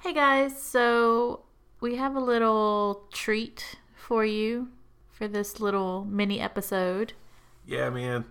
Hey guys, so we have a little treat for you for this little mini episode. Yeah, man.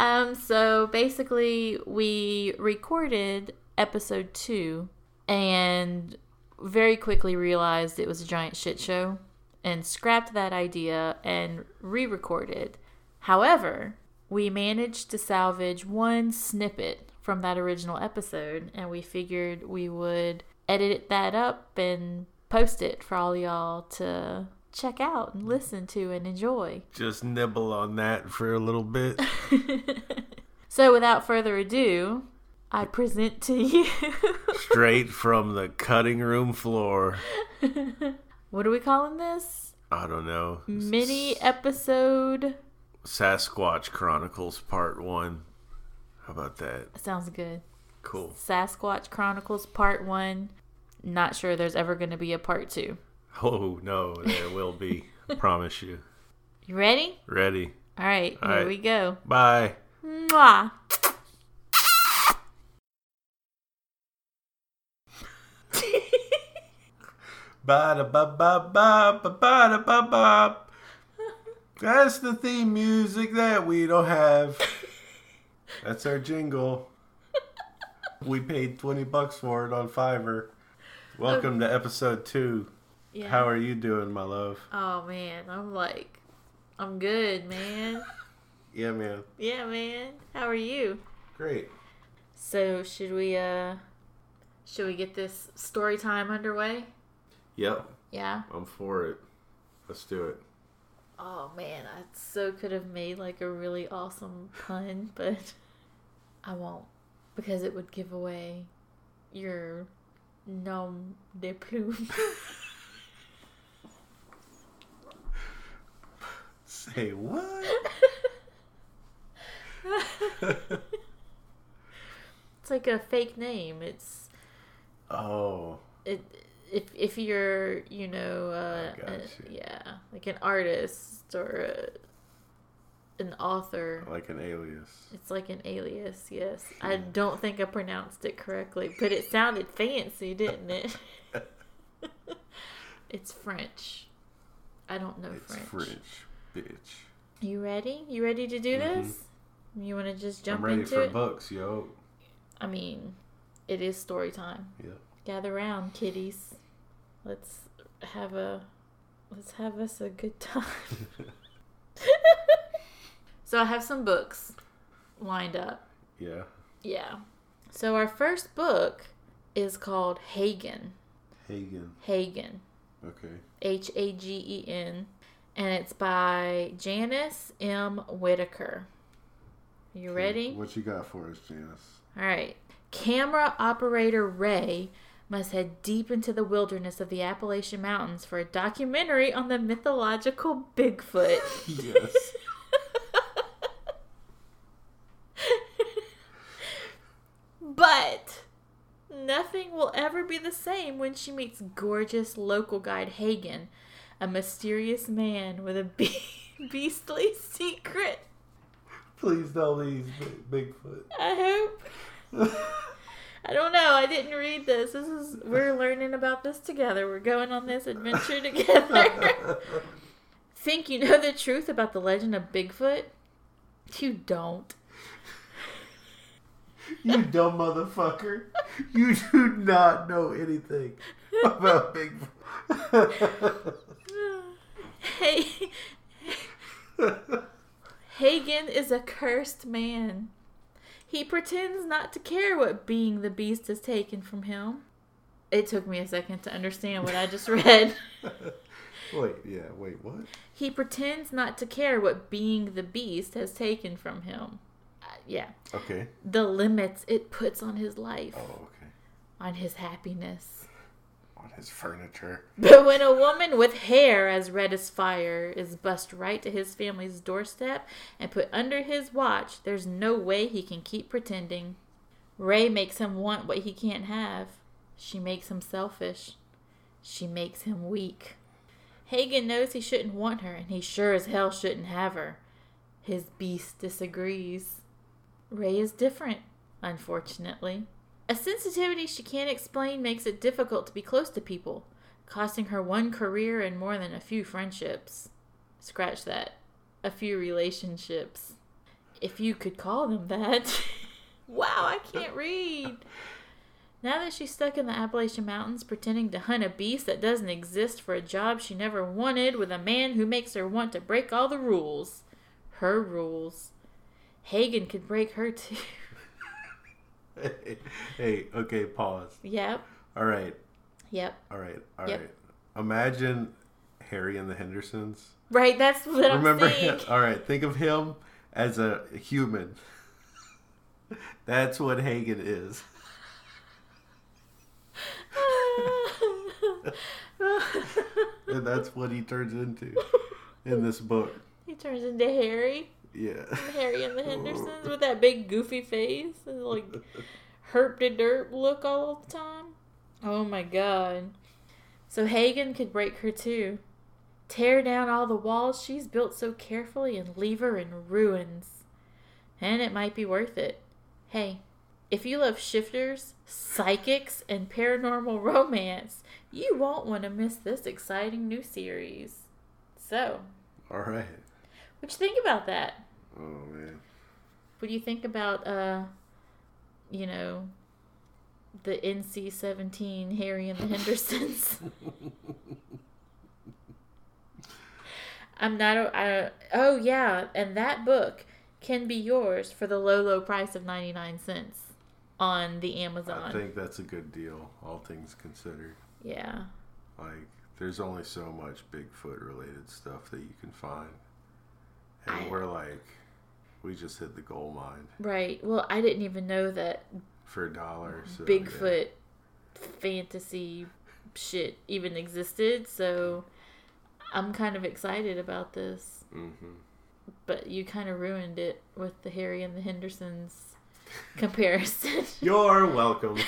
Um, so basically, we recorded episode two and very quickly realized it was a giant shit show and scrapped that idea and re recorded. However, we managed to salvage one snippet from that original episode and we figured we would edit that up and post it for all y'all to check out and listen to and enjoy. Just nibble on that for a little bit. So, without further ado, I present to you Straight from the cutting room floor. what are we calling this? I don't know. Mini episode. Sasquatch Chronicles Part 1. How about that? Sounds good. Cool. Sasquatch Chronicles Part 1. Not sure there's ever going to be a part 2. Oh, no, there will be. I promise you. You ready? Ready. All right, All here right. we go. Bye. Mwah. Ba da ba ba ba ba ba da ba ba. That's the theme music that we don't have. That's our jingle. We paid 20 bucks for it on Fiverr. Welcome to episode two. Yeah. How are you doing, my love? oh, man. I'm like, I'm good, man. Yeah, man. yeah, man. How are you? Great. So, should we, uh, should we get this story time underway? Yep, Yeah. I'm for it. Let's do it. Oh man, I so could have made like a really awesome pun, but I won't because it would give away your nom de plume. Say what? it's like a fake name. It's oh, it if if you're you know uh, I got uh, you. yeah like an artist or a, an author. like an alias. It's like an alias, yes. I don't think I pronounced it correctly, but it sounded fancy, didn't it? it's French. I don't know It's French. French, bitch. You ready? You ready to do this? You want to just jump I'm ready into for it? books, yo. I mean, it is story time. Yep. Gather round, kiddies. Let's have a let's have us a good time. so I have some books lined up. Yeah. Yeah. So our first book is called Hagen. Hagen. Hagen. Okay. H A G E N. And it's by Janice M. Whitaker. You ready? What you got for us, Janice? All right. Camera operator Ray must head deep into the wilderness of the Appalachian Mountains for a documentary on the mythological Bigfoot. Yes. But nothing will ever be the same when she meets gorgeous local guide Hagen, a mysterious man with a be- beastly secret. Please don't leave Big- Bigfoot. I hope. I don't know. I didn't read this. This is we're learning about this together. We're going on this adventure together. Think you know the truth about the legend of Bigfoot? You don't. you dumb motherfucker. You do not know anything about Bigfoot. Hey, Hagen is a cursed man. He pretends not to care what being the beast has taken from him. It took me a second to understand what I just read. wait, yeah, wait, what? He pretends not to care what being the beast has taken from him. Uh, yeah. Okay. The limits it puts on his life, Oh, okay. on his happiness. On his furniture. But when a woman with hair as red as fire is bussed right to his family's doorstep and put under his watch, there's no way he can keep pretending. Ray makes him want what he can't have. She makes him selfish. She makes him weak. Hagen knows he shouldn't want her, and he sure as hell shouldn't have her. His beast disagrees. Ray is different, unfortunately. A sensitivity she can't explain makes it difficult to be close to people, costing her one career and more than a few friendships. Scratch that. A few relationships. If you could call them that. wow, I can't read. Now that she's stuck in the Appalachian Mountains pretending to hunt a beast that doesn't exist for a job she never wanted with a man who makes her want to break all the rules. Her rules. Hagen could break her too. hey, okay, pause. yep, All right, yep. all right, all right. Yep. Imagine Harry and the Hendersons. Right, that's what Remember I'm saying. him? All right, think of him as a human. That's what Hagen is. And that's what he turns into in this book. he turns into Harry, Yeah. Harry and the Hendersons, with that big goofy face and like herp to derp look all the time. Oh my god. So Hagen could break her too. Tear down all the walls she's built so carefully and leave her in ruins. And it might be worth it. Hey, if you love shifters, psychics, and paranormal romance, you won't want to miss this exciting new series. So, All right. what you think about that? Oh man. What do you think about uh you know the NC seventeen Harry and the Hendersons? I'm not a, I, oh yeah, and that book can be yours for the low low price of 99 cents on the I Amazon. think that's a good deal, all things considered. yeah. Like, there's only so much Bigfoot related stuff that you can find. And I- we're like, we just hit the gold mine Right. Well, I didn't even know that for a dollar. So Oh, yeah. Bigfoot fantasy shit even existed, so I'm kind of excited about this. Mhm. But you kind of ruined it with the Harry and the Hendersons comparison. You're welcome.